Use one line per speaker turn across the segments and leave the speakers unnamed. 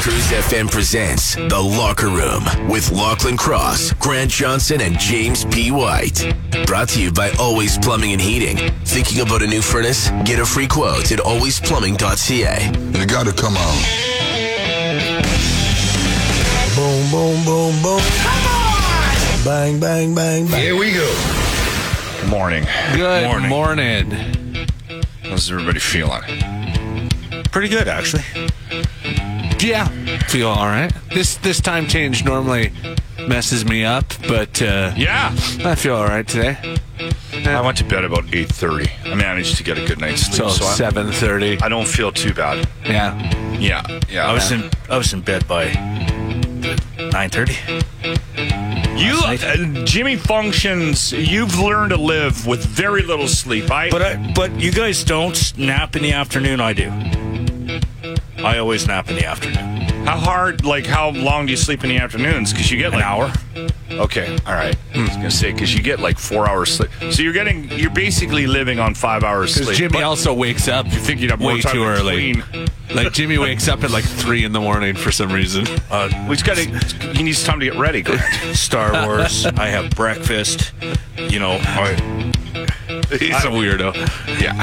Cruise FM presents The Locker Room with Lachlan Cross, Grant Johnson, and James P. White. Brought to you by Always Plumbing and Heating. Thinking about a new furnace? Get a free quote at alwaysplumbing.ca.
You gotta come on.
Boom, boom, boom, boom. Bang, bang, bang, bang.
Here we go.
Morning.
Good
morning.
morning.
How's everybody feeling?
Pretty good, actually. Yeah, feel all right. This this time change normally messes me up, but uh,
Yeah.
I feel all right today.
I went to bed about 8:30. I managed to get a good night's
So
sleep, so, I,
seven thirty.
I don't feel too bad.
Yeah,
Yeah, yeah.
I was in I was in bed by nine thirty.
you, uh, Jimmy functions. You've learned to live with very little sleep. I
But I but you guys don't nap in the afternoon. I do. I always nap in the afternoon.
how hard? Like how long do you sleep in the afternoons? Because you get like
An hour.
Okay, all right. I was gonna say because you get like four hours sleep, so you're getting you're basically living on five hours
because
sleep.
Jimmy
But
also wakes up. You
think you'd have more
way
time
too
to
early.
clean.
Like Jimmy wakes up at like three in the morning for some reason.
well, he's got to. He needs time to get ready. Grant.
Star Wars. I have breakfast. You know.
He's a weirdo.
yeah,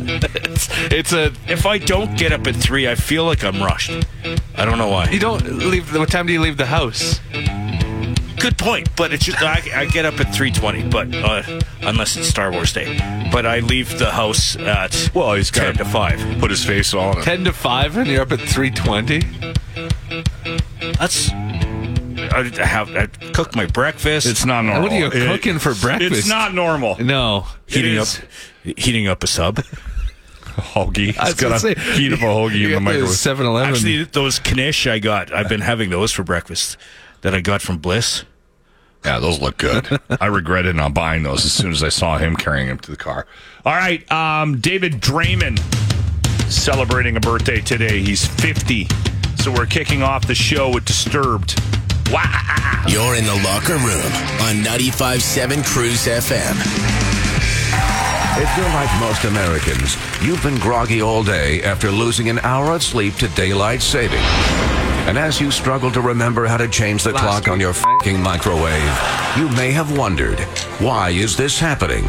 It's, it's a
If I don't get up at three, I feel like I'm rushed. I don't know why.
you don't leave. What time do you leave the house?
Good point, but it's just I, I get up at three twenty, but uh, unless it's Star Wars day. But I leave the house at
Well, he's gotta-
ten to five.
put his face on. it.
Ten to five, and you're up at three twenty.
That's I have I cook my breakfast.
It's not normal.
What are you
It-
cooking for breakfast?
It's not normal.
No.
It
heating up
is.
heating up a sub.
Hoagie. He's
I was
got
gonna
a
say,
heat of a hoagie in the microwave.
7 Eleven.
Actually, those knish I got, I've been having those for breakfast that I got from Bliss.
Yeah, those look good. I regretted not buying those as soon as I saw him carrying them to the car. All right, um, David Draymond celebrating a birthday today. He's 50. So we're kicking off the show with Disturbed. Wow.
You're in The Locker Room on 95.7 Cruise FM.
If you're like most Americans, you've been groggy all day after losing an hour of sleep to daylight saving. And as you struggle to remember how to change the clock on your fing microwave, you may have wondered, why is this happening?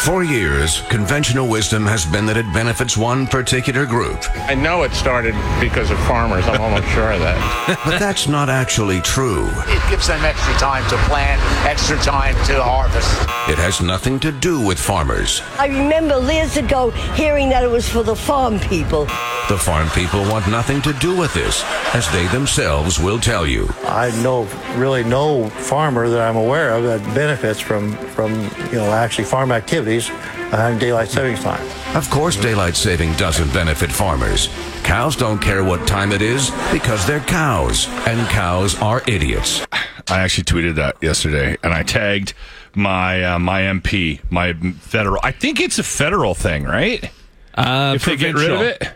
For years, conventional wisdom has been that it benefits one particular group,
I know it started because of farmers. I'm almost sure of that.
but that's not actually true.
It gives them extra time to plant, extra time to harvest.
It has nothing to do with farmers.
I remember years ago hearing that it was for the farm people.
The farm people want nothing to do with this, as they themselves will tell you.
I know really no farmer that I'm aware of that benefits from from you know actually farm activities and daylight savings time.
Of course, daylight saving doesn't benefit farmers. Cows don't care what time it is because they're cows, and cows are idiots.
I actually tweeted that yesterday, and I tagged my uh, my MP, my federal. I think it's a federal thing, right?
uh,
If they get rid of it.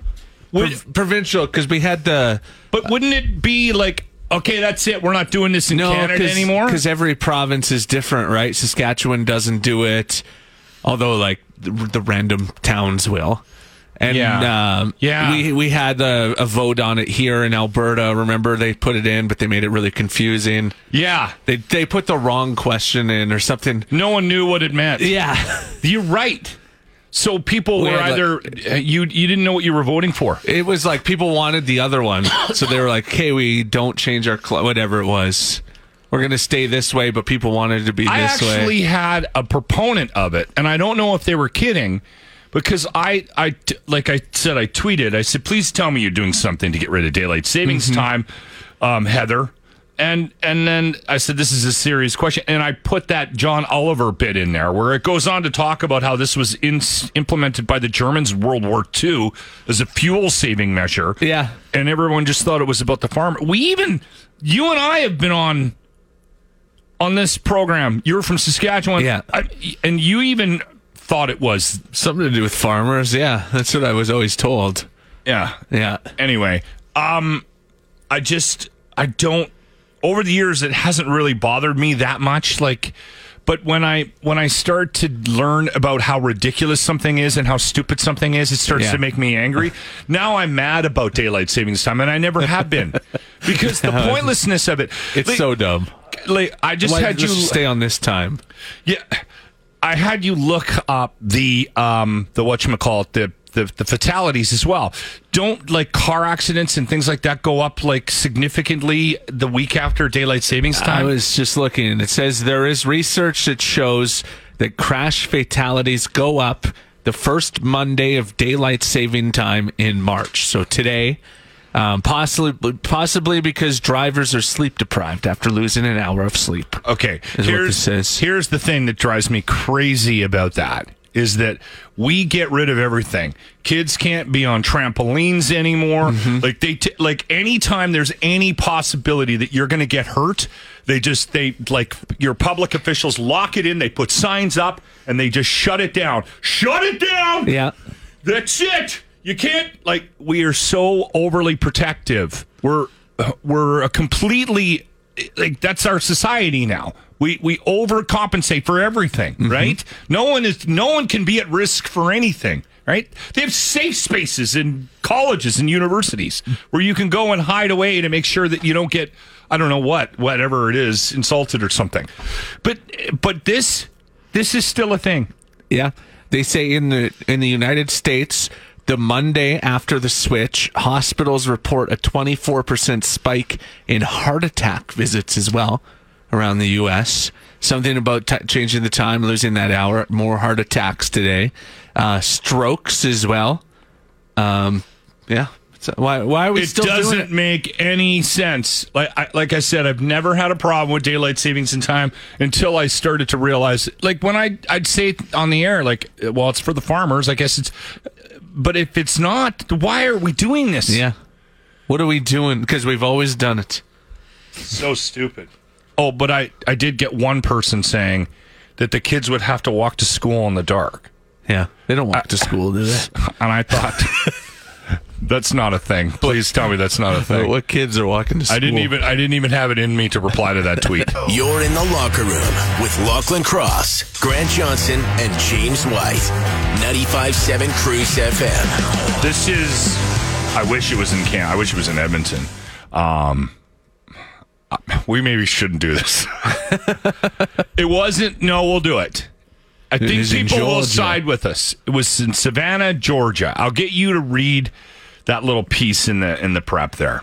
Would-
Pro- provincial, because we had the
But wouldn't it be like, okay, that's it. We're not doing this in Canada anymore.
Because every province is different, right? Saskatchewan doesn't do it, although like the, the random towns will. And
Yeah.
um,
Yeah.
we we had a, a vote on it here in Alberta. Remember, they put it in, but they made it really confusing.
Yeah,
They they put the wrong question in or something.
no one knew what it meant.
Yeah.
You're right. So people
We
were
had,
either uh, you you didn't know what you were voting for.
It was like people wanted the other one, so they were like, "Hey, we don't change our cl- whatever it was. We're gonna stay this way." But people wanted it to be
I
this
actually
way.
had a proponent of it, and I don't know if they were kidding because I I t- like I said I tweeted I said please tell me you're doing something to get rid of daylight
Mm-hmm.
savings time, um, Heather. And and then I said this is a serious question, and I put that John Oliver bit in there where it goes on to talk about how this was in, implemented by the Germans in World War II as a fuel saving measure.
Yeah.
and everyone just thought it was about the farm. We even you and I have been on on this program. You're from Saskatchewan,
Yeah.
I, and you even thought it was
Something to do with farmers. Yeah, that's what I was always told.
yeah.
Yeah,
Anyway, um, I just I don't. Over the years, it hasn't really bothered me that much. Like, But when I when I start to learn about how ridiculous something is and how stupid something is, it starts
Yeah.
to make me angry. now I'm mad about daylight savings time, and I never have been because the pointlessness of it.
It's
Like-
so dumb.
Like I just
Why
had
did
you
this stay on this time?
yeah, I had you look up the um the what you call it the. The, the fatalities as well don't like car accidents and things like that go up like significantly the week after daylight savings
I
time
was just looking, and it says there is research that shows that crash fatalities go up the first Monday of daylight saving time in March. So today, um, possibly possibly because drivers are sleep deprived after losing an hour of sleep.
okay
what
here's
this says.
here's the thing that drives me crazy about that is that we get rid of everything kids can't be on trampolines anymore
Mm-hmm.
like they t- like anytime there's any possibility that you're going to get hurt they just they like your public officials lock it in they put signs up and they just shut it down shut it down
Yeah.
that's it. You can't like we are so overly protective. We're we're a completely like that's our society now. We we overcompensate for everything, right? No one is no one can be at risk for anything, right? They have safe spaces in colleges and universities where you can go and hide away to make sure that you don't get I don't know what, whatever it is, insulted or something. But but this this is still a thing.
Yeah, they say in the in the United States, the Monday after the switch, hospitals report a 24% spike in heart attack visits as well around the U.S. Something about t- changing the time, losing that hour, more heart attacks today, uh, strokes as well. Um, yeah. So why? Why are we
it
still
doesn't
doing it?
make any sense. Like I, like I said, I've never had a problem with daylight savings and time until I started to realize. Like when I I'd say it on the air, like well, it's for the farmers. I guess it's. But if it's not, why are we doing this?
Yeah. What are we doing? Because we've always done it.
so stupid. Oh, but I I did get one person saying that the kids would have to walk to school in the dark,
Yeah. They don't walk to school, do they?
and I thought. That's not a thing. Please tell me that's not a thing.
what kids are walking to school?
I didn't even I didn't even have it in me to reply to that tweet.
You're in the locker room with Lachlan Cross, Grant Johnson, and James White. 95.7 Cruise FM.
This is. I wish it was in Can. I wish it was in Edmonton. Um, we maybe shouldn't do this. it wasn't. No, we'll do it. I think
is in
people will
Georgia.
side with us. It was in Savannah, Georgia. I'll get you to read that little piece in the in the prep there.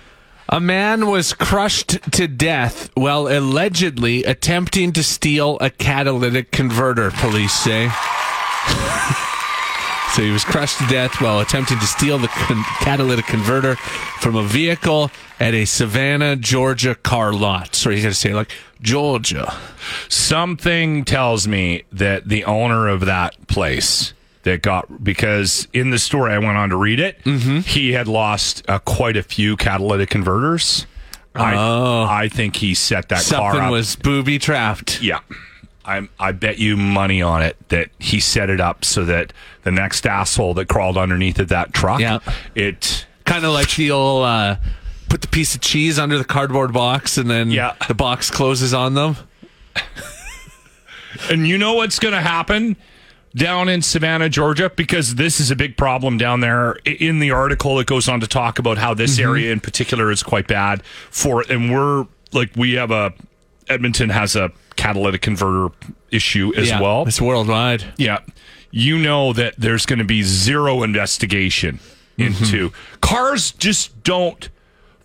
A man was crushed to death while allegedly attempting to steal a catalytic converter, police say. so he was crushed to death while attempting to steal the con- catalytic converter from a vehicle at a Savannah, Georgia car lot. So you got to say, like, Georgia.
Something tells me that the owner of that place that got because in the story I went on to read it,
Mm-hmm.
he had lost uh, quite a few catalytic converters. I I think he set that car
Oh. Something
up.
was booby trapped.
yeah. I I bet you money on it that he set it up so that the next asshole that crawled underneath of that truck,
Yeah.
it
Kind of like the old uh, put the piece of cheese under the cardboard box and then
Yeah.
the box closes on them.
And you know what's going to happen down in Savannah, Georgia? Because this is a big problem down there. I- In the article, it goes on to talk about how this area in particular is quite bad for it. And we're like, we have a, Edmonton has a catalytic converter issue as
Yeah,
well.
It's worldwide.
Yeah. You know that there's going to be zero investigation into cars just don't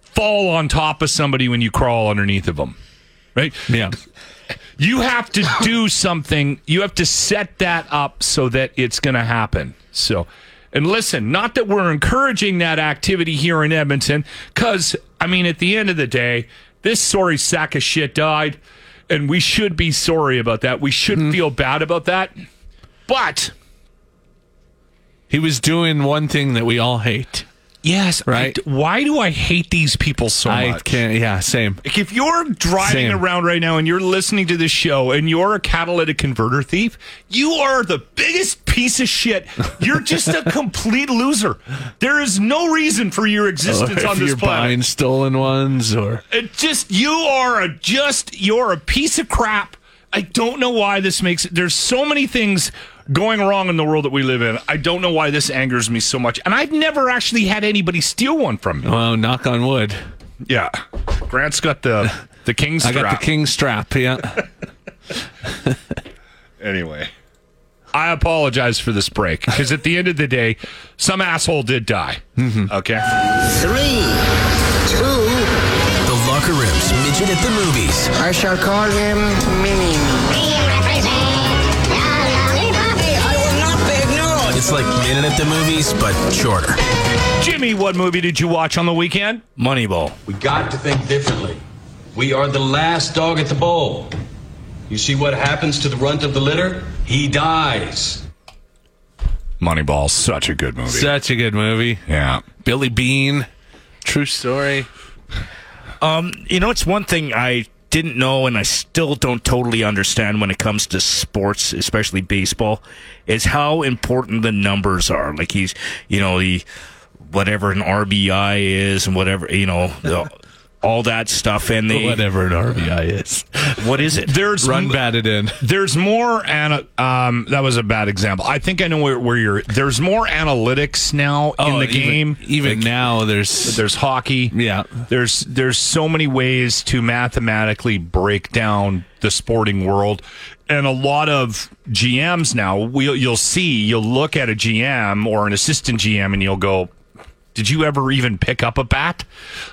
fall on top of somebody when you crawl underneath of them. Right?
Yeah.
You have to do something. You have to set that up so that it's going to happen. So, and listen, not that we're encouraging that activity here in Edmonton, because, I mean, at the end of the day, this sorry sack of shit died, and we should be sorry about that. We should feel bad about that. But,
He was doing one thing that we all hate.
yes, I
Right.
d- why do I hate these people so
I
much?
can't. Yeah, same.
Like if you're driving
Same.
around right now and you're listening to this show and you're a catalytic converter thief, you are the biggest piece of shit. You're just a complete loser. There is no reason for your existence
Oh, if
on this
you're
planet.
buying stolen ones, or
It just you are a just you're a piece of crap I don't know why this makes there's so many things going wrong in the world that we live in. I don't know why this angers me so much. And I've never actually had anybody steal one from me.
Well, knock on wood.
Yeah. Grant's got the the king's
I
strap.
got the king strap. Yeah.
Anyway. I apologize for this break because at the end of the day, some asshole did die. Okay.
Three, two,
The Locker Room's Midget at the Movies
I shall call him Mini. I will not be ignored.
It's like Minute at the Movies, but shorter.
Jimmy, what movie did you watch on the weekend?
Moneyball.
We got to think differently. We are the last dog at the bowl. You see what happens to the runt of the litter? He dies.
Moneyball, such a good movie.
Such a good movie.
yeah.
Billy Bean. True story.
You know, it's one thing I didn't know and I still don't totally understand when it comes to sports, especially baseball, is how important the numbers are. Like he's, you know, the whatever an RBI is and whatever, you know, the, all that stuff and the
Whatever an RBI is.
What is it?
There's
Run batted in.
there's more and um that was a bad example. I think I know where, where you're. There's more analytics now in the
even-
game.
Even now, there's
There's hockey.
Yeah.
There's there's so many ways to mathematically break down the sporting world, and a lot of GMs now. We'll, you'll see. You'll look at a GM or an assistant GM, and you'll go. Did you ever even pick up a bat?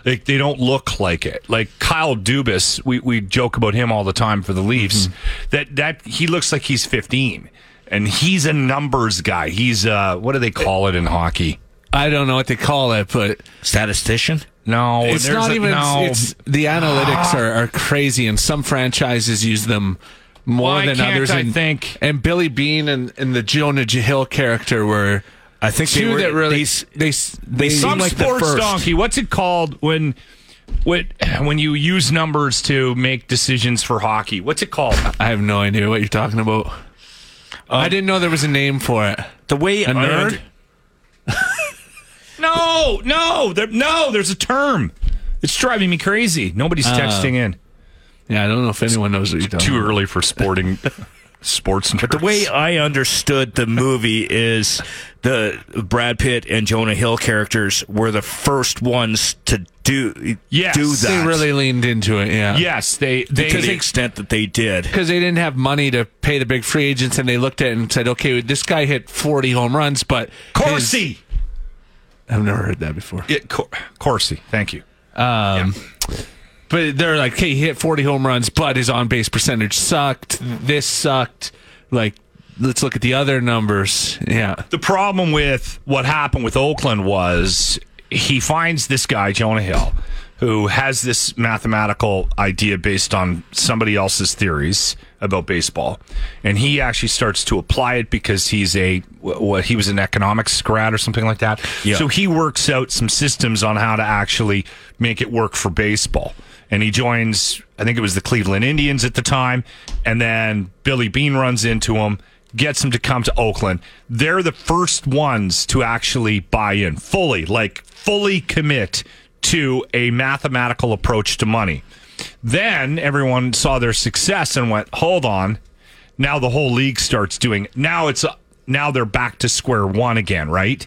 Like they don't look like it. Like Kyle Dubas, we, we joke about him all the time for the Leafs.
Mm-hmm.
That that he looks like he's 15, and he's a numbers guy. He's uh, what do they call it in hockey?
I don't know what they call it, but
Statistician?
No,
it's
there's
not
a-
even.
no.
It's the analytics are, are crazy, and some franchises use them more
Why
than
can't
others.
I
and,
think-
and Billy Bean and, and the Jonah Hill character were
I think they
two
were-
that really
they
s-
s-
they s- they,
some
seemed like the
sports
first.
donkey. What's it called when when when you use numbers to make decisions for hockey? What's it called?
I have no idea what you're talking
Uh,
about. I didn't know there was a name for it.
The way
A nerd?
no, no, there, no. There's a term. It's driving me crazy. Nobody's texting
Uh.
in.
Yeah, I don't know if anyone knows what you're talking.
Too
about.
early for sporting sports. But
The way I understood the movie is the Brad Pitt and Jonah Hill characters were the first ones to do
Yes.
do
They
that.
They really leaned into it. Yeah.
yes, they they
to the
they-
extent that they did.
because they didn't have money to pay the big free agents, and they looked at it and said, "Okay, this guy hit 40 home runs, but his-
Corsi.
I've never heard that before.
Yeah, Cor- Corsi. Thank you.
But they're like, "Hey, he hit 40 home runs, but his on base percentage sucked. This sucked. Like, let's look at the other numbers." Yeah,
The problem with what happened with Oakland was he finds this guy, Jonah Hill, who has this mathematical idea based on somebody else's theories about baseball. And he actually starts to apply it because he's a, what, he was an economics grad or something like that.
Yeah.
So he works out some systems on how to actually make it work for baseball. And he joins, I think it was the Cleveland Indians at the time. And then Billy Bean runs into him, gets him to come to Oakland. They're the first ones to actually buy in fully, like fully commit to a mathematical approach to money. Then everyone saw their success and went, hold on. Now the whole league starts doing. Now it's now they're back to square one again, right?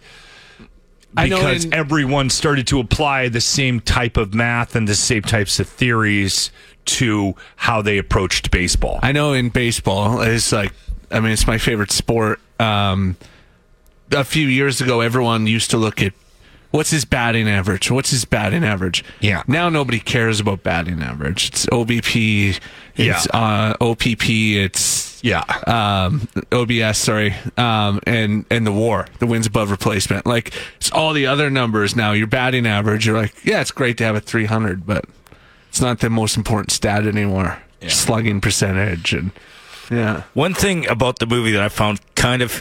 I know
because
in-
everyone started to apply the same type of math and the same types of theories to how they approached baseball.
I know in baseball, it's like, I mean, it's my favorite sport. Um, a few years ago, everyone used to look at what's his batting average? What's his batting average?
Yeah.
Now nobody cares about batting average. It's OBP, it's
Yeah.
uh, OPP, it's
yeah.
um, OBS, sorry, um, and and the WAR, the wins above replacement. Like it's all the other numbers now. Your batting average, you're like, yeah, it's great to have a 300, but it's not the most important stat anymore. Slugging percentage and yeah,
One thing about the movie that I found kind of,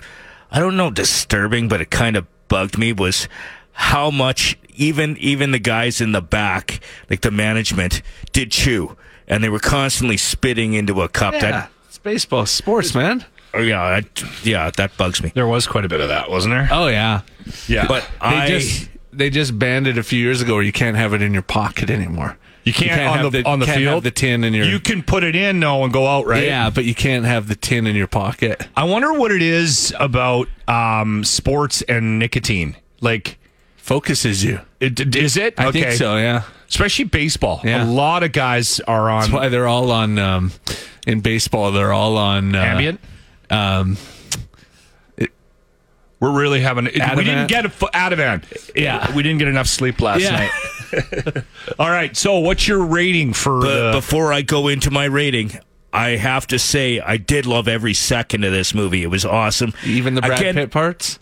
I don't know, disturbing, but it kind of bugged me was how much even even the guys in the back, like the management, did chew, and they were constantly spitting into a cup.
yeah. It's baseball, sports, man.
That Oh, yeah, I, yeah, that bugs me.
there was quite a bit of that, wasn't there?
Oh yeah,
yeah.
But
But
they
I
just they just banned it a few years ago where you can't have it in your pocket anymore.
You can't, on
have
the, on the
can't
field.
have the tin in your
You can put it in though and go out, right?
Yeah, but you can't have the tin in your pocket.
I wonder what it is about um, sports and nicotine. Like
focuses you.
It, is it?
I think so, yeah.
Especially baseball. A
Yeah.
lot of guys are on
That's why they're all on um, in baseball. They're all on uh,
Ambien?
Um,
We're really having. It, we
Ativan?
didn't get a f- Ativan.
Yeah.
we didn't get enough sleep last
Yeah.
night. All right. So, what's your rating for?
But
the,
before I go into my rating, I have to say I did love every second of this movie. It was awesome.
even the Brad
Again,
Pitt parts.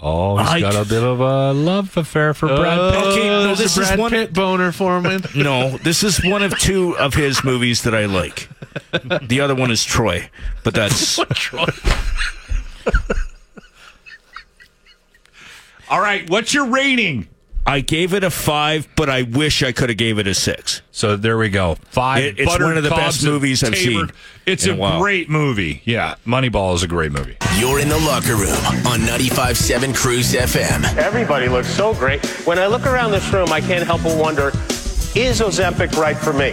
oh, he's
I-
got a bit of a love affair for
Uh,
Brad Pitt.
Okay, no,
There's
this
a
is
Brad
one.
Pitt boner for him.
No, this is one of two of his movies that I like. The other one is Troy, but that's
All right. What's your rating?
I gave it a five, but I wish I could have gave it a six.
So there we go. Five.
It- it's
buttered
one of the
cobs
best movies I've seen
tapered. It's
in
a
a while.
great movie. Yeah, Moneyball is a great movie.
You're in the locker room on 95.7 Cruise FM.
Everybody looks so great. When I look around this room, I can't help but wonder is Ozempic right for me?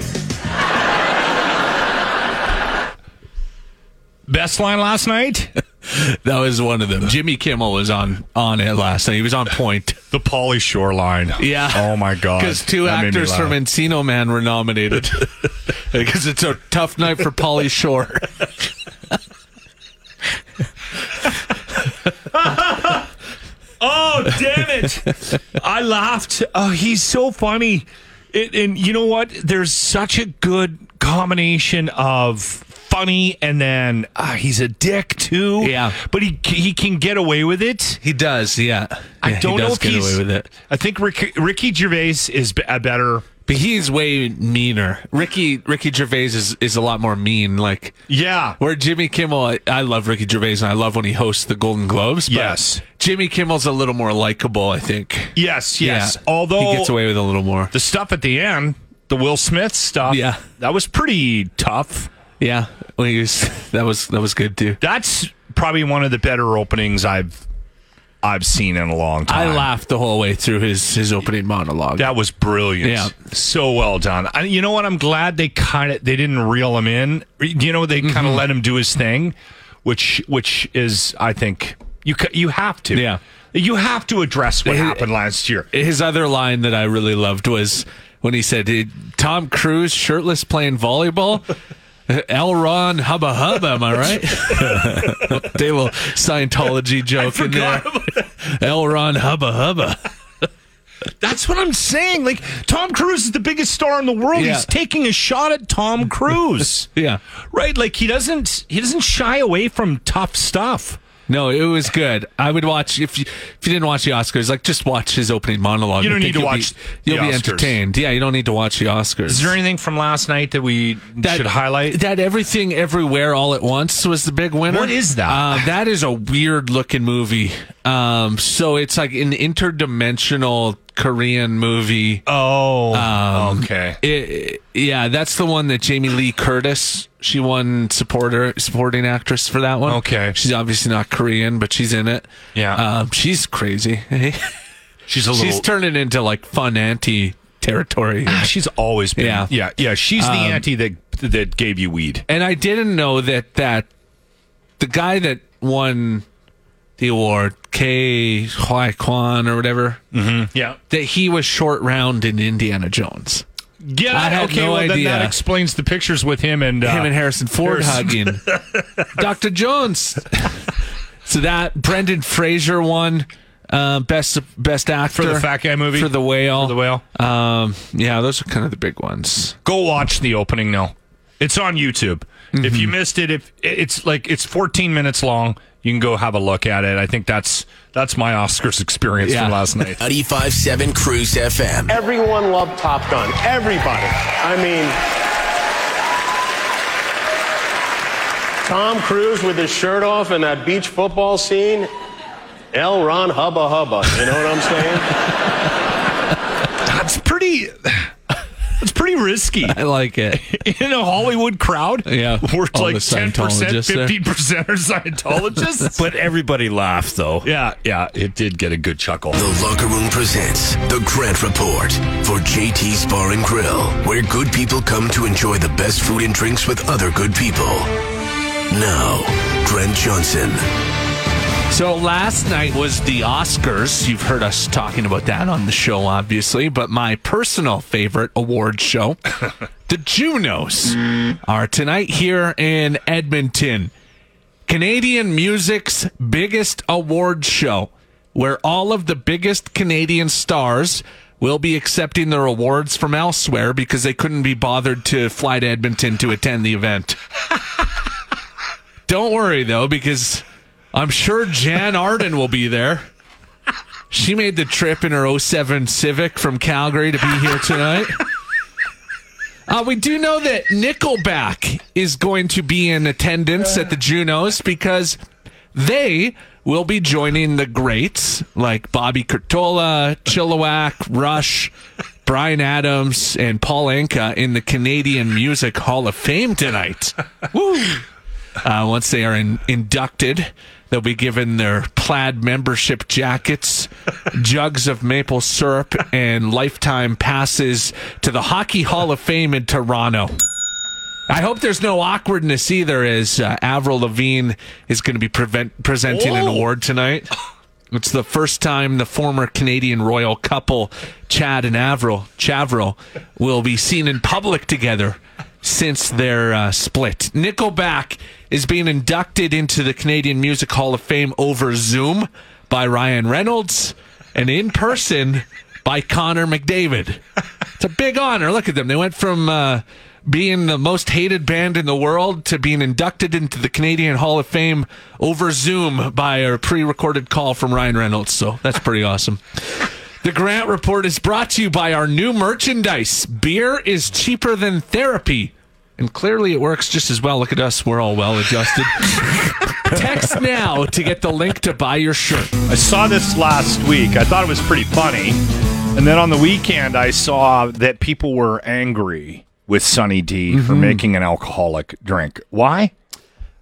Best line last night.
That was one of them. Jimmy Kimmel was on on it last night. He was on point.
the Pauly Shore line.
Yeah.
Oh my God.
Because two
That made me
actors
laugh.
from Encino Man were nominated. Because it's a tough night for Polly Shore.
Oh, damn it. I laughed. Oh, he's so funny. It, and you know what? There's such a good combination of funny and then uh, he's a dick too.
Yeah.
But he he can get away with it.
He does, yeah.
I
Yeah,
don't
he does
know if
get
he's,
away with it.
I think Ricky, Ricky Gervais is b- a better.
But he's way meaner. Ricky Ricky Gervais is, is a lot more mean. Like
Yeah.
where Jimmy Kimmel, I, I love Ricky Gervais and I love when he hosts the Golden Globes. But
Yes.
Jimmy Kimmel's a little more likable, I think.
Yes, yes.
Yeah.
Although
he gets away with a little more.
the stuff at the end, the Will Smith stuff,
Yeah.
that was pretty tough.
Yeah, when he was, that was that was good too.
That's probably one of the better openings I've I've seen in a long time.
I laughed the whole way through his his opening monologue.
That was brilliant.
Yeah.
so well done. I, you know what? I'm glad they kind of they didn't reel him in. You know, they kind of let him do his thing, which which is I think you ca- you have to.
Yeah.
you have to address what happened last year.
His other line that I really loved was when he said, "Did "Tom Cruise shirtless playing volleyball." L. Ron Hubba Hubba, am I right? they will Scientology joke in there. L. Ron Hubba Hubba.
That's what I'm saying. Like Tom Cruise is the biggest star in the world.
Yeah.
He's taking a shot at Tom Cruise.
Yeah.
right. Like he doesn't he doesn't shy away from tough stuff.
No, it was good. I would watch if you if you didn't watch the Oscars, like just watch his opening monologue.
You don't
I think
need to
you'll be-
watch
You'll
the
be
Oscars.
entertained. Yeah, you don't need to watch the Oscars.
Is there anything from last night that we should highlight?
that everything everywhere all at once was the big winner.
What is that?
Uh, that is a weird looking movie. Um, so it's like an interdimensional Korean movie.
oh, okay.
It- yeah, that's the one that Jamie Lee Curtis. She won supporter supporting actress for that one.
Okay.
she's obviously not Korean, but she's in it.
Yeah.
um, she's crazy.
She's a little.
she's turning into like fun auntie territory.
Ah, she's always been.
Yeah. Um,
yeah, yeah. She's the auntie that that gave you weed.
And I didn't know that that the guy that won the award, K. Hwai Kwan or whatever,
Yeah,
that he was short round in Indiana Jones.
yeah.
I had
okay,
no
well then
idea.
that explains the pictures with him and uh,
Him and Harrison Ford hugging. Dr. Jones. so that Brendan Fraser won uh, best best actor
the Fat Guy movie?
for the
For
whale.
the whale.
Um, yeah, those are kind of the big ones.
Go watch the opening now. It's on YouTube. If
Mm-hmm.
you missed it, if it's like it's 14 minutes long, you can go have a look at it. I think that's that's my Oscars experience
Yeah.
from last night.
95.7 Cruise FM.
Everyone loved Top Gun. Everybody. I mean, Tom Cruise with his shirt off in that beach football scene. L. Ron Hubba Hubba. You know what I'm saying?
That's pretty. That's pretty
very risky. I
like it.
In a Hollywood crowd,
yeah,
we're
all
like
the
10%,
Scientologists there.
15% are Scientologists.
but everybody laughed, though.
Yeah, yeah, it did get a good chuckle.
The Locker Room presents The Grant Report for JT's Bar and Grill, where good people come to enjoy the best food and drinks with other good people. Now, Grant Johnson.
So last night was the Oscars. You've heard us talking about that on the show, obviously, but my personal favorite award show, the Junos, are tonight here in Edmonton. Canadian music's biggest award show, where all of the biggest Canadian stars will be accepting their awards from elsewhere because they couldn't be bothered to fly to Edmonton to attend the event. Don't worry though, because I'm sure Jan Arden will be there. She made the trip in her 07 Civic from Calgary to be here tonight. Uh, we do know that Nickelback is going to be in attendance at the Junos because they will be joining the greats like Bobby Curtola, Chilliwack, Rush, Brian Adams, and Paul Anka in the Canadian Music Hall of Fame tonight. Woo! uh, once they are in, inducted. They'll be given their plaid membership jackets, jugs of maple syrup, and lifetime passes to the Hockey Hall of Fame in Toronto. I hope there's no awkwardness either, as uh, Avril Lavigne is going to be prevent- presenting an
Oh.
award tonight. It's the first time the former Canadian royal couple, Chad and Avril Chavril, will be seen in public together since their uh, split. Nickelback is being inducted into the Canadian Music Hall of Fame over Zoom by Ryan Reynolds and in person by Connor McDavid. It's a big honor. Look at them. They went from uh, being the most hated band in the world to being inducted into the Canadian Hall of Fame over Zoom by a pre recorded call from Ryan Reynolds. So that's pretty awesome. The Grant Report is brought to you by our new merchandise. Beer is cheaper than therapy. And clearly it works just as well. Look at us. We're all well adjusted. Text now to get the link to buy your shirt.
I saw this last week. I thought it was pretty funny. And then on the weekend, I saw that people were angry with Sunny D for
Mhm.
making an alcoholic drink. Why?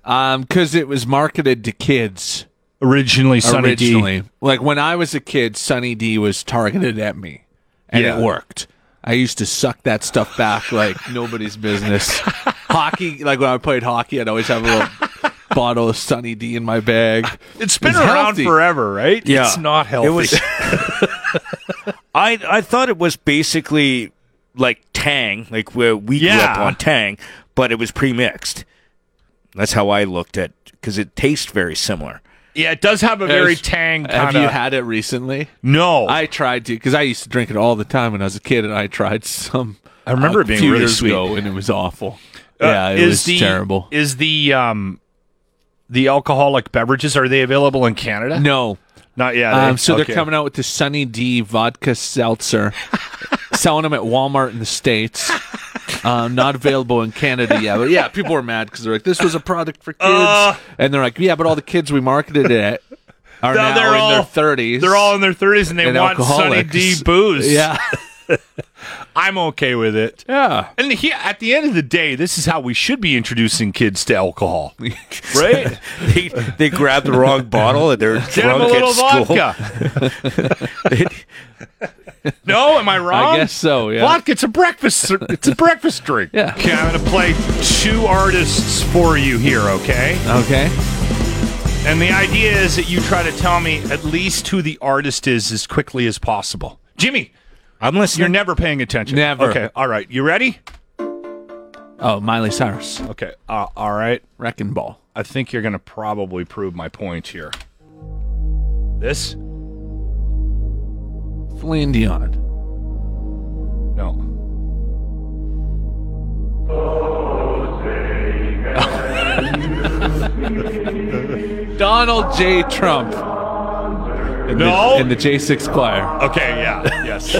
Um, because it was marketed to kids.
Originally, Sunny
originally.
D.
Like when I was a kid, Sunny D was targeted at me, and
Yeah.
it worked. I used to suck that stuff back like nobody's business. hockey, like when I played hockey, I'd always have a little bottle of Sunny D in my bag.
It's been around
healthy.
forever, right? It's not healthy.
It was. I I thought it was basically like Tang, like where we grew up
Yeah.
on Tang, but it was pre-mixed. That's how I looked at because it tastes very similar.
Yeah, it does have a very tang kind
Have you had it recently?
No,
I tried to because I used to drink it all the time when I was a kid, and I tried some.
I remember
a
it being
few
really
years
sweet.
ago, and it was awful. yeah,
Uh,
it
is
was
the,
terrible.
Is the um the alcoholic beverages are they available in Canada?
No,
not yet. eh?
Um, so
Okay.
they're coming out with the Sunny D vodka seltzer, selling them at Walmart in the states. Um, not available in Canada yet, but yeah, people were mad because they're like, "This was a product for kids,"
Uh.
and they're like, "Yeah, but all the kids we marketed it at are
No,
now
they're
in their
all-
thirties.
They're all in their thirties and they
And
want Sunny D
alcoholics.
booze.
Yeah.
I'm okay with it.
Yeah.
And he, at the end of the day, this is how we should be introducing kids to alcohol, right?
they, they grab the wrong bottle and they're
Get 'em a
drunk
little
at school.
no, am I wrong?
guess so, yeah.
Vodka, it's a breakfast. It's a breakfast drink. Yeah. Okay, I'm gonna play two artists for you here. Okay.
Okay.
And the idea is that you try to tell me at least who the artist is as quickly as possible. Jimmy,
I'm listening.
You're never paying attention.
Never.
Okay. All right. You ready?
Oh, Miley Cyrus.
Okay. Uh, all right.
Wrecking Ball.
I think you're gonna probably prove my point here. This?
Celine Dion.
No.
Donald J. Trump. And
No.
The, and the J6 Choir.
Okay. Yeah. Yes.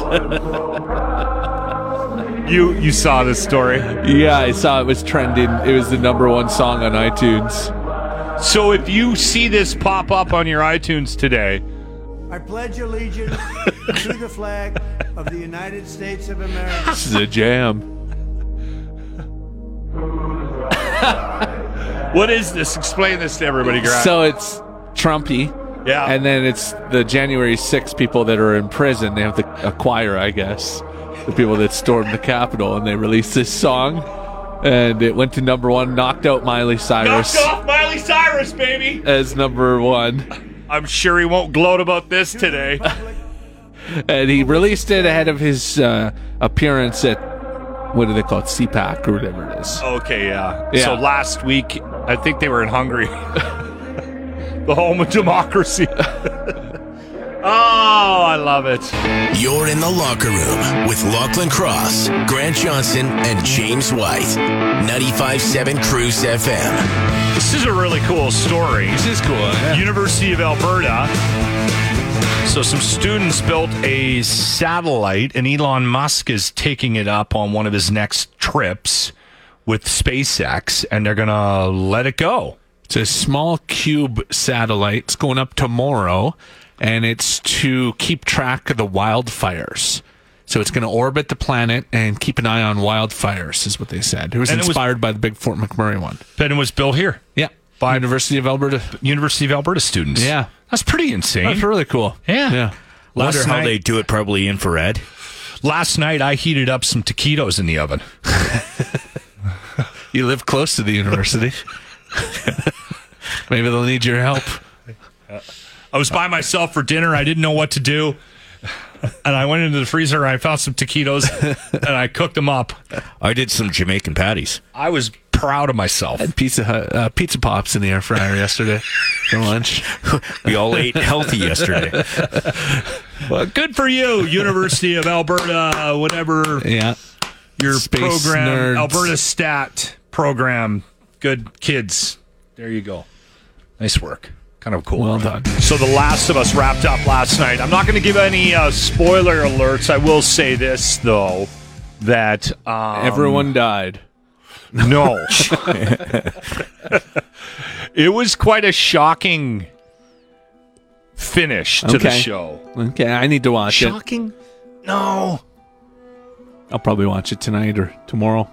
you you saw this story?
Yeah, I saw it was trending. It was the number one song on iTunes.
So if you see this pop up on your iTunes today,
I pledge allegiance to the flag of the United States of America
This is a jam.
What is this? Explain this to everybody, Grant.
So it's Trumpy.
Yeah.
And then it's the January 6 people that are in prison. They have the a choir, I guess. The people that stormed the Capitol and they released this song. And it went to number one, knocked out Miley Cyrus
knocked off Miley Cyrus, baby.
as number one.
I'm sure he won't gloat about this today.
And Uh, he released it ahead of his uh, appearance at, what do they call it, CPAC or whatever it is.
Okay, yeah.
Yeah.
So last week, I think they were in Hungary, the home of democracy. Oh, I love it.
You're in the locker room with Lachlan Cross, Grant Johnson, and James White. 95.7 Cruise FM.
This is a really cool story. This
is cool.
University of Alberta. So some students built a satellite, and Elon Musk is taking it up on one of his next trips with SpaceX, and they're gonna let it go.
It's a small cube satellite. It's going up tomorrow, and it's to keep track of the wildfires. So it's going to orbit the planet and keep an eye on wildfires, is what they said. It was
And it was-
inspired by the big Fort McMurray one.
But it was built here.
Yeah.
By
University of Alberta.
University of Alberta students.
Yeah.
That's pretty insane.
That's really cool.
Yeah.
Yeah.
Last
Wonder how
night-
they do it. Probably infrared.
Last night I heated up some taquitos in the oven.
You live close to the university. Maybe they'll need your help.
I was by myself for dinner. I didn't know what to do. And I went into the freezer and I found some taquitos and I cooked them up.
I did some Jamaican patties.
I was proud of myself.
Had pizza Hut- uh, pizza pops in the air fryer yesterday for lunch.
We all ate healthy yesterday.
Well, good for you, University of Alberta, whatever
Yeah.
your
Space
program,
nerds.
Alberta Stat program. Good kids. There you go. Nice work. Kind of cool.
Well done.
So, The Last of Us wrapped up last night. I'm not going to give any uh, spoiler alerts. I will say this, though, that um,
Everyone died.
No. it was quite a shocking finish to the
Okay.
show.
Okay, I need to watch it.
Shocking? No.
I'll probably watch it tonight or tomorrow.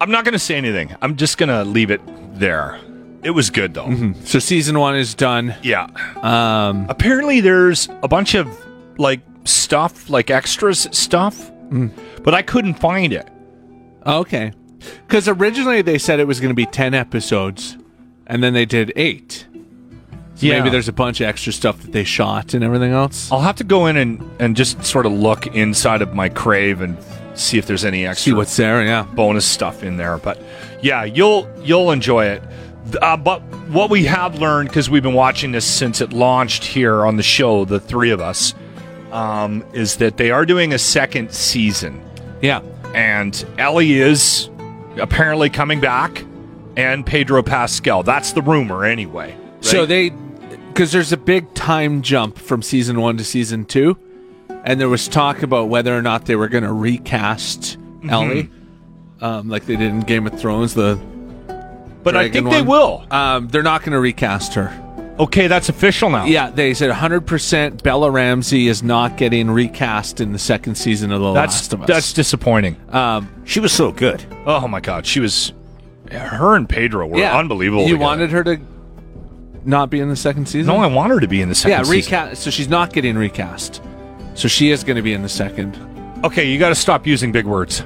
I'm not going to say anything. I'm just going to leave it there. It was good, though.
So season one is done.
Yeah.
Mm-hmm. Um,
Apparently, there's a bunch of like stuff, like extras stuff,
Mm.
but I couldn't find it.
okay. Because originally they said it was going to be 10 episodes, and then they did eight. So
Yeah.
Maybe there's a bunch of extra stuff that they shot and everything else.
I'll have to go in and, and just sort of look inside of my crave and see if there's any extra
See what's there, yeah.
bonus stuff in there. But yeah, you'll you'll enjoy it. Uh, but what we have learned because we've been watching this since it launched here on the show, the three of us, um, is that they are doing a second season,
Yeah.
and Ellie is apparently coming back, and Pedro Pascal. That's the rumor, anyway.
So they, because there's a big time jump from season one to season two, and there was talk about whether or not they were going to recast
Mm-hmm.
Ellie, um, like they did in Game of Thrones. The
But I
dragon
think they
one.
will.
Um, they're not going to recast her.
Okay, that's official now.
Yeah, they said 100% Bella Ramsey is not getting recast in the second season of The
that's
Last of Us.
that's disappointing.
um,
She was so good.
Oh my god, she was. Her and Pedro were
yeah.
unbelievable.
You
together.
wanted her to not be in the second season?
No, I want her to be in the second
yeah,
season.
recast. So she's not getting recast. So she is going to be in the second.
Okay, you got to stop using big words.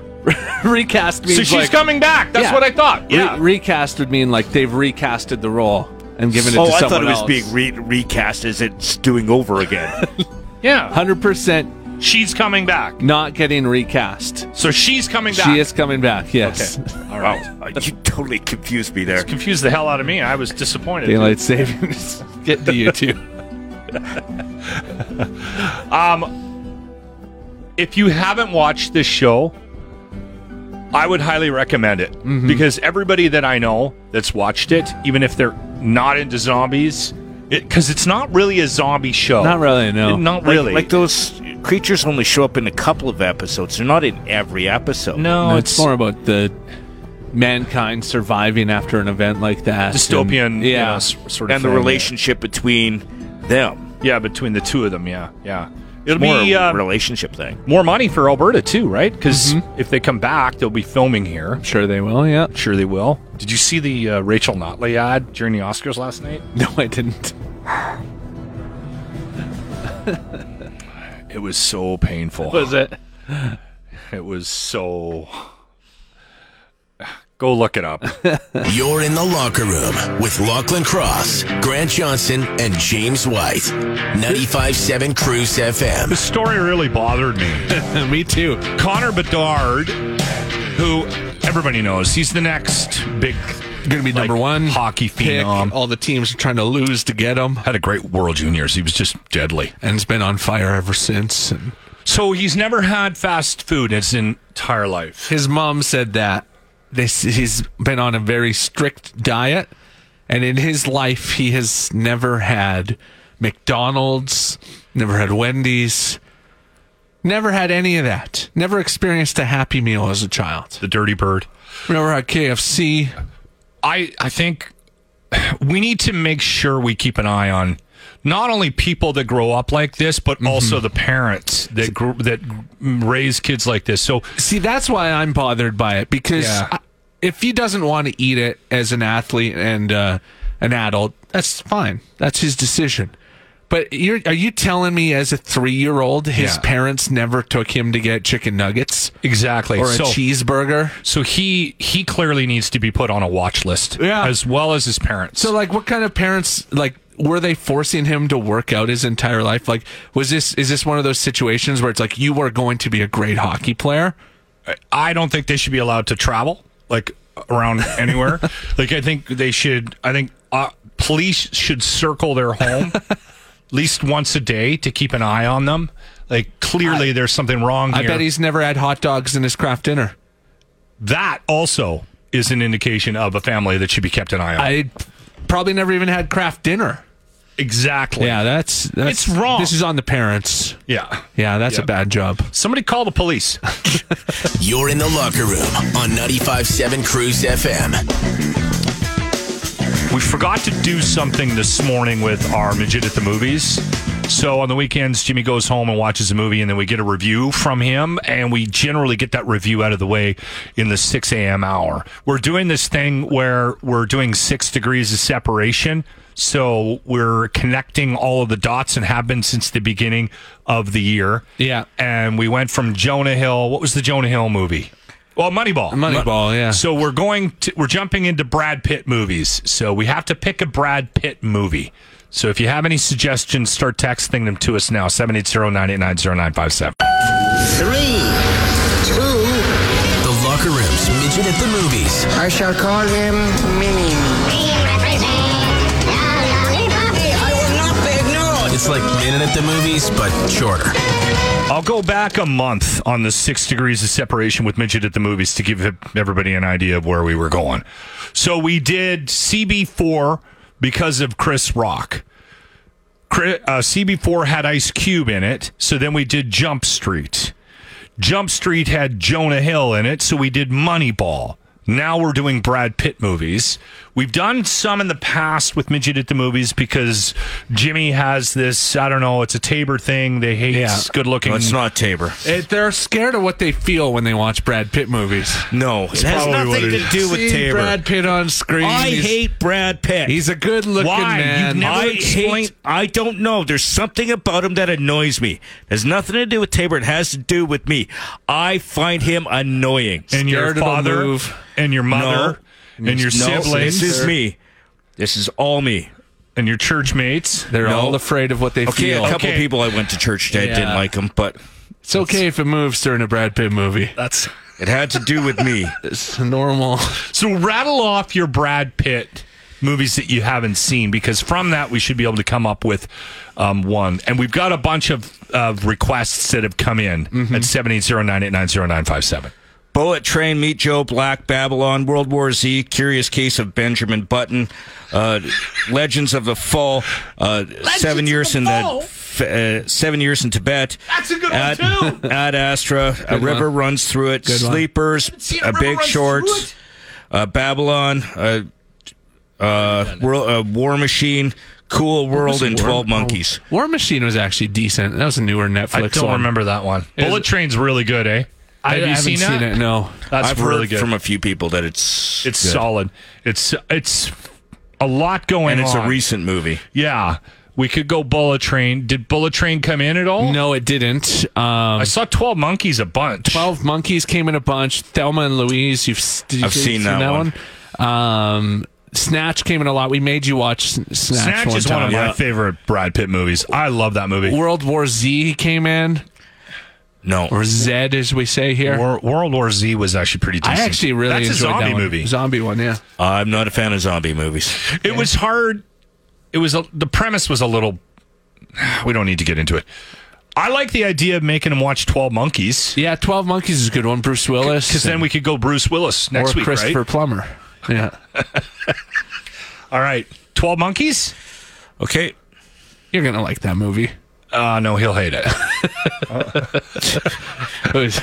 recast means
so she's
like,
coming back. That's
Yeah.
what I thought.
Re-
Yeah.
recast would mean like they've recasted the role and given it
oh,
to
I thought
someone
it was
else.
being re- recast as it's doing over again.
yeah.
Hundred percent
She's coming back.
not getting recast.
So she's coming back.
She is coming back. Yes.
Okay.
All right. you totally confused me there.
Confused the hell out of me. I was disappointed.
Daylight savings. Get to you too.
If you haven't watched this show, I would highly recommend it
Mm-hmm.
because everybody that I know that's watched it, even if they're not into zombies, because it's not really a zombie show.
Not really. No.
Not
Like-
really.
Like, those creatures only show up in a couple of episodes. They're not in every episode.
no,
No,
it's,
it's more about the mankind surviving after an event like that.
dystopian.
And-
you know,
yeah.
s- sort of
And the
thing.
relationship between them.
Yeah, between the two of them. Yeah, yeah. It'll
More
be
a
uh,
relationship thing.
more money for Alberta too, right? Because if they come back, they'll be filming here. I'm
sure they will. Yeah,
sure they will. Did you see the uh, Rachel Notley ad during the Oscars last night?
No, I didn't.
It was so painful.
Was it?
It was so. Go look it up.
You're in the locker room with Lachlan Cross, Grant Johnson, and James White. 95.7 Cruise FM.
The story really bothered me.
me too.
Connor Bedard, who everybody knows, he's the next big,
going to be number one
hockey phenom.
All the teams are trying to lose to get him.
Had a great World Juniors. He was just deadly,
and has been on fire ever since. And
So he's never had fast food in his entire life.
his mom said that this he's been on a very strict diet, and in his life he has never had McDonald's, never had Wendy's, never had any of that. Never experienced a Happy Meal as a child.
The Dirty Bird.
Never had KFC.
I I think we need to make sure we keep an eye on not only people that grow up like this,
Mm-hmm.
but also the parents that grew, that raise kids like this. So
See, that's why I'm bothered by it because
Yeah.
I- if he doesn't want to eat it as an athlete and uh, an adult, that's fine. That's his decision. But you're, are you telling me, as a three-year-old, his
Yeah.
parents never took him to get chicken nuggets,
exactly,
or a
So-
cheeseburger?
So he he clearly needs to be put on a watch list,
Yeah.
as well as his parents.
So, like, what kind of parents like were they forcing him to work out his entire life? Like, was this is this one of those situations where it's like you are going to be a great hockey player?
I don't think they should be allowed to travel like around anywhere. like I think they should. I think uh, police should circle their home at least once a day to keep an eye on them. Like clearly, there's something wrong.
I
here.
bet he's never had hot dogs in his craft dinner.
that also is an indication of a family that should be kept an eye on.
I probably never even had craft dinner.
Exactly.
Yeah, that's that's
It's wrong.
This is on the parents.
yeah.
Yeah, that's
Yeah.
a bad job.
Somebody call the police.
You're in the locker room on 95.7 Cruise FM.
We forgot to do something this morning with our midget at the movies. So on the weekends, Jimmy goes home and watches a movie, and then we get a review from him, and we generally get that review out of the way in the 6 a.m. hour. We're doing this thing where we're doing six degrees of separation. So we're connecting all of the dots and have been since the beginning of the year.
Yeah.
And we went from Jonah Hill. What was the Jonah Hill movie? Well, Moneyball.
Moneyball, yeah.
So we're going to we're jumping into Brad Pitt movies. So we have to pick a Brad Pitt movie. So if you have any suggestions, start texting them to us now 780-989-0957.
Three, two.
The locker room's midget at the movies.
I shall call him Mini. I will not be ignored.
It's like Minute at the Movies, but shorter.
I'll go back a month on the six degrees of separation with Midget at the movies to give everybody an idea of where we were going. So we did CB4 because of Chris Rock. Chri- uh, CB4 had Ice Cube in it, so then we did Jump Street. Jump Street had Jonah Hill in it, so we did Moneyball. Now we're doing Brad Pitt movies. We've done some in the past with Midget at the movies because Jimmy has this, I don't know, it's a Tabor thing. They hate
Yeah.
good looking.
No, it's not Tabor.
It, they're scared of what they feel when they watch Brad Pitt movies.
No, it has
probably what
nothing
it
to
is.
do with
Seeing
Tabor.
Brad Pitt on screen.
I
he's-
hate Brad Pitt.
He's a good-looking
Why?
man.
You've never
I
I
hate-
I don't know. There's something about him that annoys me. There's nothing to do with Tabor. It has to do with me. I find him annoying.
and your
Scared it'll
father
move.
and your mother
No.
and your
No,
siblings
This is me. This is all me.
and your church mates.
They're
No.
all afraid of what they
Okay,
feel.
a couple
Okay.
people I went to church that
Yeah.
didn't like him, but
It's okay if it moves during a Brad Pitt movie.
That's
it had to do with me.
It's normal.
so rattle off your Brad Pitt movies that you haven't seen because from that we should be able to come up with um, one. And we've got a bunch of, of requests that have come in
Mm-hmm.
at seven eight zero nine eight nine zero nine five seven.
Bullet Train, Meet Joe, Black Babylon, World War Z, Curious Case of Benjamin Button, uh, Legends of the Fall, uh, Seven Years in the f- uh, Seven Years in Tibet. That's a good Ad, one too. Ad Astra, A River Runs Through It,
Good one.
Sleepers, A Big Shorts, uh, Babylon, uh, uh, World, uh, War Machine, Cool World
was
and
War-
12 Monkeys.
War Machine was actually decent. That was a newer Netflix.
I don't
one.
remember that
one.
It was-
Bullet Train's really good, eh?
I
Have you
haven't
seen,
seen
that?
it, no.
that's
I've
really
heard
good
from a few people that it's
it's
good.
solid. It's it's a lot going
and it's
on.
a recent movie.
yeah. We could go Bullet Train. Did Bullet Train come in at all?
No, it didn't. Um,
I saw Twelve Monkeys a bunch.
Twelve Monkeys came in a bunch. Thelma and Louise, you've s- did you
I've
see-
seen that one.
Um, Snatch came in a lot. We made you watch S- Snatch.
Snatch
one
is one of
time.
my favorite Brad Pitt movies. I love that movie.
World War Z came in.
No,
or Z as we say here.
Wor- World War Z was actually pretty.
I
decent.
actually really
That's
enjoyed
a zombie
that one.
movie.
Zombie one, yeah.
I'm not a fan of zombie movies.
It was hard. It was a, the premise was a little. We don't need to get into it. I like the idea of making him watch Twelve Monkeys
Yeah, Twelve Monkeys is a good one. Bruce Willis,
because then we could go Bruce Willis next
or
week,
Christopher
right?
Plummer. Yeah.
All right, Twelve Monkeys.
Okay.
You're gonna like that movie.
Uh no, he'll hate it.
It was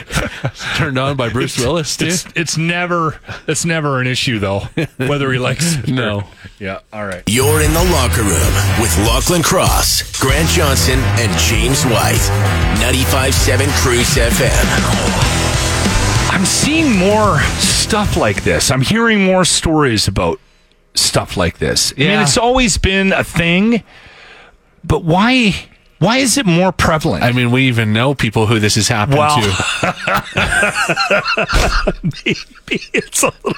turned on by Bruce Willis, dude.
It's, it's never it's never an issue though whether he likes it. or-
No.
Yeah. All right.
You're in the locker room with Lachlan Cross, Grant Johnson, and James White. 95.7 Cruise FM.
I'm seeing more stuff like this. I'm hearing more stories about stuff like this. I mean,
Yeah.
it's always been a thing, but why? Why is it more prevalent?
I mean, we even know people who this has happened
Well-
to.
Maybe it's a little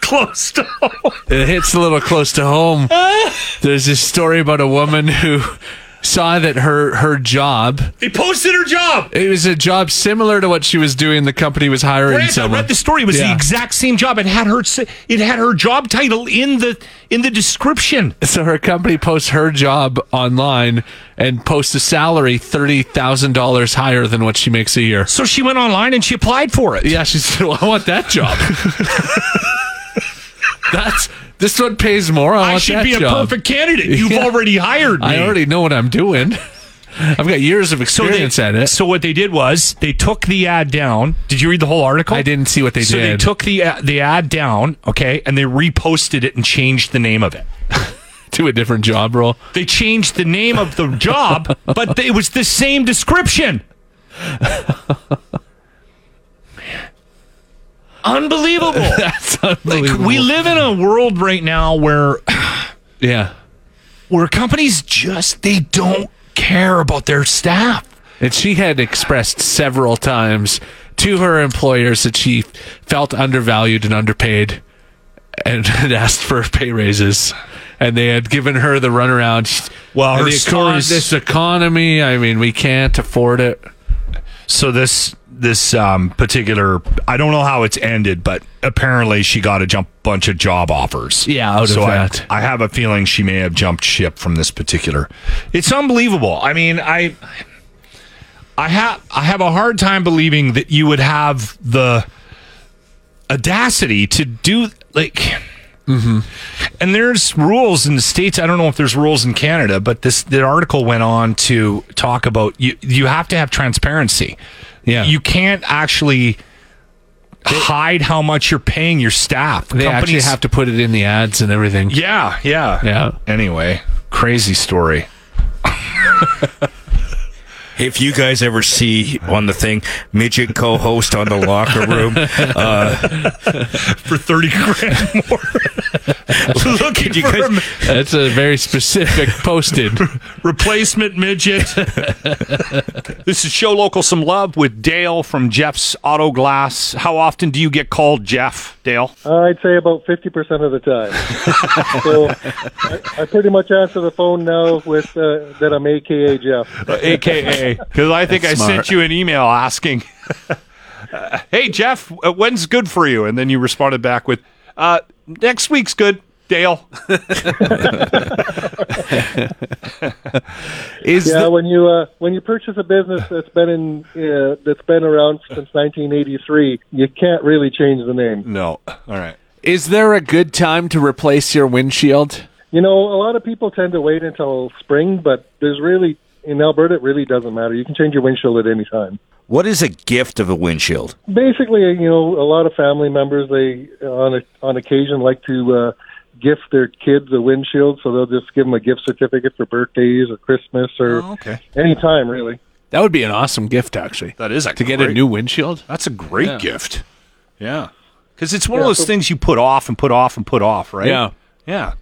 close to home.
It hits a little close to home. There's this story about a woman who saw that her her job
They posted her job.
it was a job similar to what she was doing. The company was hiring
Grant, I
someone.
read the story. It was the
Yeah.
exact same job. It had her. s- It had her job title in the in the description.
so her company posts her job online and posts a salary thirty thousand dollars higher than what she makes a year.
So she went online and she applied for it.
Yeah, she said, "Well, I want that job." That's this one pays more. I,
I
want
should
that
be a
job.
perfect candidate. You've
Yeah.
already hired me.
I already know what I'm doing. I've got years of experience at it.
So what they did was they took the ad down. Did you read the whole article?
I didn't see what they
so
did.
they took the ad, the ad down, okay, and they reposted it and changed the name of it.
to a different job role.
They changed the name of the job, but it was the same description. Unbelievable.
That's unbelievable.
We live in a world right now where
yeah,
where companies just they don't care about their staff.
and she had expressed several times to her employers that she felt undervalued and underpaid, and had asked for pay raises. And they had given her the runaround.
Well, her
the econ-
stories-
this economy. I mean, we can't afford it.
So this this um, particular, I don't know how it's ended, but apparently she got a jump bunch of job offers.
Yeah, out of
so I-
that.
I, have a feeling she may have jumped ship from this particular. It's unbelievable. I mean, I I have I have a hard time believing that you would have the audacity to do like.
Mm-hmm.
And there's rules in the states. I don't know if there's rules in Canada, but this the article went on to talk about you. You have to have transparency.
Yeah.
you can't actually hide how much you're paying your staff.
They actually have to put it in the ads and everything.
Yeah, yeah,
Yeah.
Anyway, crazy story.
If you guys ever see on the thing, midget co host on the locker room, uh,
For thirty grand more, looking
you
for a
guys-
That's a very specific posted.
replacement midget. this is Show Local Some Love with Dale from Jeff's Auto Glass. How often do you get called Jeff, Dale?
I'd say about 50% of the time. so I, I pretty much answer the phone now with uh, that I'm AKA Jeff.
AKA, because I think I
That's smart.
sent you an email asking, uh, hey, Jeff, uh, when's good for you? And then you responded back with, uh, next week's good, Dale.
Is
Yeah,
the-
when you uh, when you purchase a business that's been in uh, that's been around since 1983, you can't really change the name.
No. All right.
is there a good time to replace your windshield?
You know, a lot of people tend to wait until spring, but there's really in Alberta it really doesn't matter. You can change your windshield at any time.
what is a gift of a windshield?
basically, you know, a lot of family members they on on occasion like to uh, gift their kids a windshield, so they'll just give them a gift certificate for birthdays or Christmas or
Oh, okay.
any time really.
That would be an awesome gift, actually.
That is a
to get a
great-
new windshield.
That's a great
Yeah.
gift. Yeah. Because it's one of
Yeah,
those
so-
things you put off and put off and put off, right?
Yeah.
Yeah.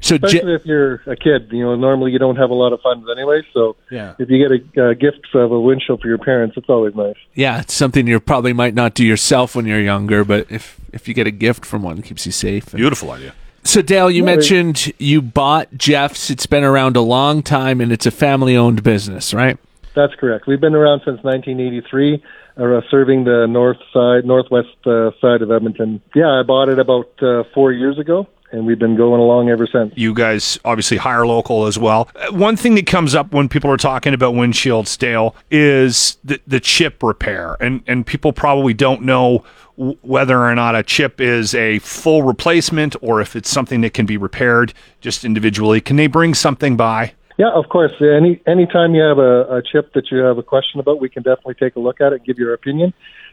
So,
especially if you're a kid, you know, normally you don't have a lot of funds anyway. So
Yeah.
if you get a uh, gift of a windshield for your parents, it's always nice.
Yeah, it's something you probably might not do yourself when you're younger, but if if you get a gift from one, it keeps you safe.
Beautiful idea.
So Dale, you
Yeah.
mentioned you bought Jeff's. It's been around a long time, and it's a family-owned business, right?
That's correct. We've been around since 1983, uh, serving the north side, northwest uh, side of Edmonton. Yeah, I bought it about uh, four years ago, and we've been going along ever since.
You guys obviously hire local as well. Uh, One thing that comes up when people are talking about windshields, Dale, is the, the chip repair. And, and people probably don't know w- whether or not a chip is a full replacement or if it's something that can be repaired just individually. Can they bring something by?
Yeah, of course. Any anytime you have a, a chip that you have a question about, we can definitely take a look at it and give your opinion.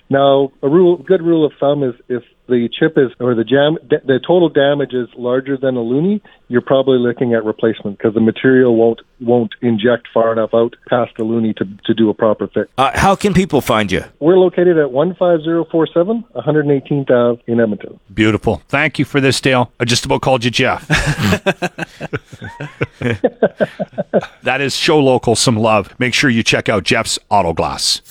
Now, a rule, good rule of thumb is if the chip is or the jam, da- the total damage is larger than a loony, you're probably looking at replacement because the material won't won't inject far enough out past the loony to to do a proper fix.
Uh, how can people find you?
We're located at one five zero four seven, one hundred eighteen thousand in Edmonton.
Beautiful. Thank you for this, Dale. I just about called you Jeff. that is show local some love. Make sure you check out Jeff's Auto Glass.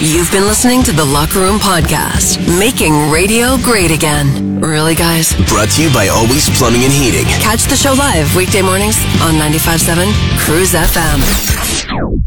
You've been listening to the Locker Room Podcast, making radio great again. Really, guys?
Brought to you by Always Plumbing and Heating.
Catch the show live weekday mornings on 95.7 Cruise FM.